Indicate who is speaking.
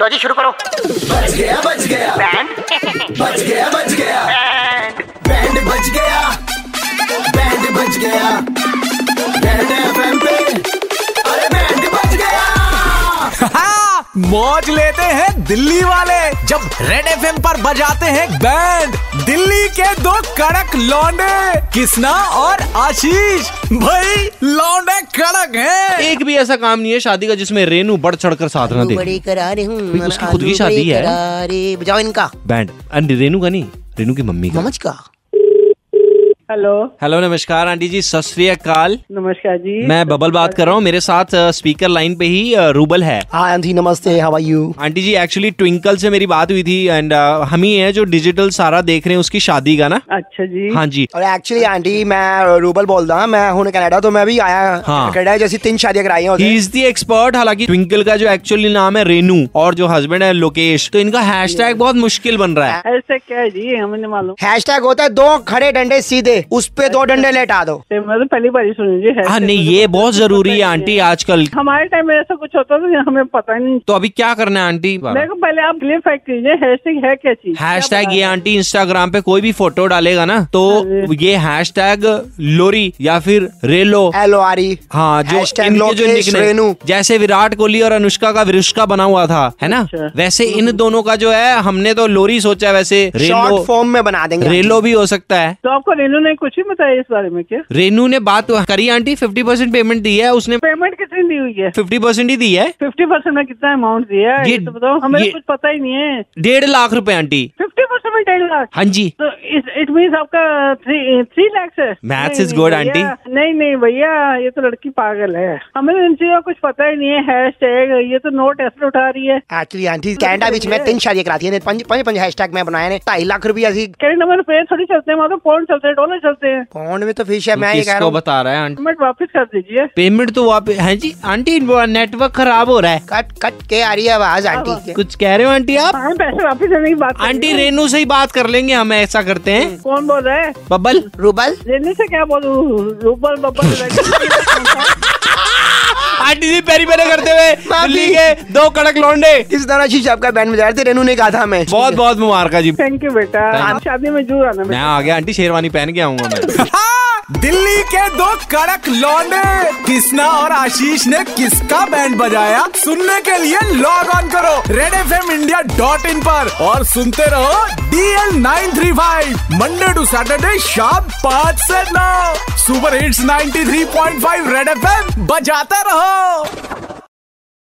Speaker 1: लो जी शुरू करो
Speaker 2: बच गया बच गया
Speaker 1: बैंड
Speaker 2: बच गया बच गया बैंड बच गया बैंड बच गया बैंड एफएम पे अरे बैंड बच गया
Speaker 3: हाँ, मौज लेते हैं दिल्ली वाले जब रेड एफ पर बजाते हैं बैंड दिल्ली के दो कड़क लौंडे किसना और आशीष भाई लौंडे कड़क हैं
Speaker 4: एक भी ऐसा काम नहीं है शादी का जिसमें रेनू बढ़ चढ़कर साथ ना
Speaker 5: आलू
Speaker 4: दे
Speaker 5: बड़े करारे हूँ
Speaker 4: भाई, उसकी खुद की
Speaker 5: आलू
Speaker 4: शादी
Speaker 5: बड़े
Speaker 4: है।
Speaker 5: करारे बजाओ इनका
Speaker 4: बैंड अरे रेनू का नहीं रेनू की मम्मी का
Speaker 5: ममज का
Speaker 6: हेलो
Speaker 4: हेलो नमस्कार आंटी जी सत श्री अकाल
Speaker 6: नमस्कार जी
Speaker 4: मैं बबल बात कर रहा हूँ मेरे साथ स्पीकर लाइन पे ही अ, रूबल है
Speaker 5: हाँ आंटी नमस्ते how are you
Speaker 4: aunty ji actually Twinkle से मेरी बात हुई थी एंड हम ही हैं जो डिजिटल सारा देख रहे हैं उसकी शादी का ना
Speaker 6: अच्छा जी
Speaker 4: हाँ जी
Speaker 5: और एक्चुअली आंटी मैं रूबल बोल रहा हूँ मैं हूँ कनाडा तो मैं भी आया
Speaker 4: हाँ।
Speaker 5: कनाडा जैसी तीन शादियां कराई हैं
Speaker 4: ही
Speaker 5: उसे।
Speaker 4: इज दी एक्सपर्ट हालांकि ट्विंकल का जो एक्चुअली नाम है रेनू और जो हस्बैंड है लोकेश तो इनका हैशटैग बहुत मुश्किल बन रहा है
Speaker 6: ऐसे क्या है जी हमें नहीं मालूम
Speaker 5: हैशटैग होता है दो खड़े डंडे सीधे उस पे दो डंडे लेटा दो
Speaker 6: ये मैं तो पहली बार ही सुनी जी
Speaker 4: हाँ
Speaker 6: ऐसे
Speaker 4: नहीं
Speaker 6: तो
Speaker 4: ये
Speaker 6: मुझे
Speaker 4: बहुत
Speaker 6: पता
Speaker 4: जरूरी
Speaker 6: ही
Speaker 4: है
Speaker 6: नहीं
Speaker 4: आंटी आजकल
Speaker 6: हमारे टाइम में ऐसा कुछ होता था हमें पता ही नहीं
Speaker 4: तो अभी क्या करना है आंटी
Speaker 6: देखो पहले आप क्लियर फैक्ट कीजिए हैशटैग है क्या चीज
Speaker 4: हैशटैग ये आंटी इंस्टाग्राम पे कोई भी फोटो डालेगा ना तो ये हैशटैग लोरी या फिर रेलो
Speaker 5: एलो आरी
Speaker 4: हाँ जो
Speaker 5: Hashtag
Speaker 4: इनके जो
Speaker 5: लोकेश
Speaker 4: nickname-
Speaker 5: रेनू।
Speaker 4: जैसे विराट कोहली और अनुष्का का विरुष्का बना हुआ था है ना वैसे इन दोनों का जो है हमने तो लोरी सोचा है, वैसे
Speaker 5: शॉर्ट
Speaker 4: रेलो
Speaker 5: फॉर्म में बना देंगे
Speaker 4: रेलो भी हो सकता है
Speaker 6: तो आपको रेनू ने कुछ ही बताया इस बारे में क्या
Speaker 4: रेनू ने बात तो करी आंटी फिफ्टी परसेंट पेमेंट दी है उसने
Speaker 6: पेमेंट कितनी दी हुई है
Speaker 4: फिफ्टी परसेंट ही दी है
Speaker 6: फिफ्टी परसेंट में कितना अमाउंट दिया है
Speaker 4: ये-
Speaker 6: ये तो बताओ हमें
Speaker 4: ये-
Speaker 6: कुछ पता ही नहीं है
Speaker 4: डेढ़ लाख रुपए आंटी
Speaker 6: फिफ्टी परसेंट में डेढ़ लाख
Speaker 4: हाँ जी
Speaker 6: तो इट मीन्स आपका थ्री थ्री लैक्स है
Speaker 4: Maths
Speaker 6: नहीं,
Speaker 4: is
Speaker 6: नहीं,
Speaker 4: good,
Speaker 6: भैया,
Speaker 4: auntie.
Speaker 6: नहीं नहीं भैया ये तो लड़की पागल है हमें तो इन चीजों का कुछ पता ही नहीं है हैशटैग ये तो नोट ऐसे उठा रही है
Speaker 5: एक्चुअली आंटी कनाडा बीच में तीन शादियां कराती है पंच पंच पंच हैशटैग में बनाए ने ढाई लाख रुपया सी
Speaker 6: करेंट नंबर पे थोड़ी चलते हैं वहाँ तो पौन चलते हैं डॉलर चलते हैं
Speaker 5: कौन में तो फिश है मैं ये कह रहा
Speaker 4: किसको
Speaker 5: हूँ
Speaker 4: बता रहा है आंटी
Speaker 6: पेमेंट वापस कर दीजिए
Speaker 4: पेमेंट तो आप है जी आंटी नेटवर्क खराब हो रहा है
Speaker 5: कट कट के आ रही है आवाज आंटी की
Speaker 4: कुछ कह रहे हो आंटी आप
Speaker 6: हाँ पैसे वापस देने की बात कर रही
Speaker 4: आंटी
Speaker 6: हूँ।
Speaker 4: रेनू से ही बात कर लेंगे हम ऐसा करते हैं
Speaker 6: कौन बोल रहा है
Speaker 4: बबल
Speaker 5: रूबल
Speaker 6: रेनू से क्या बोलूँ रूबल बब्बल
Speaker 4: आंटी जी पैरी पैरे करते हुए
Speaker 5: माफी।
Speaker 4: दिल्ली के दो कड़क लौंडे
Speaker 5: इस तरह शीश आपका बैंड बजा रहे थे रेनू ने कहा था मैं
Speaker 4: बहुत बहुत मुबारक है जी
Speaker 6: थैंक यू बेटा आप शादी में जरूर आना
Speaker 4: मैं
Speaker 6: बेटा
Speaker 4: आ गया आंटी शेरवानी पहन के आऊंगा मैं
Speaker 3: हाँ, दिल्ली के दो कड़क लौंडे किसना और आशीष ने किसका बैंड बजाया सुनने के लिए लॉग ऑन करो red F M India dot in पर और सुनते रहो DL nine three five Monday to Saturday शाम पाँच से नौ super hits 93.5 red F M बजाते रहो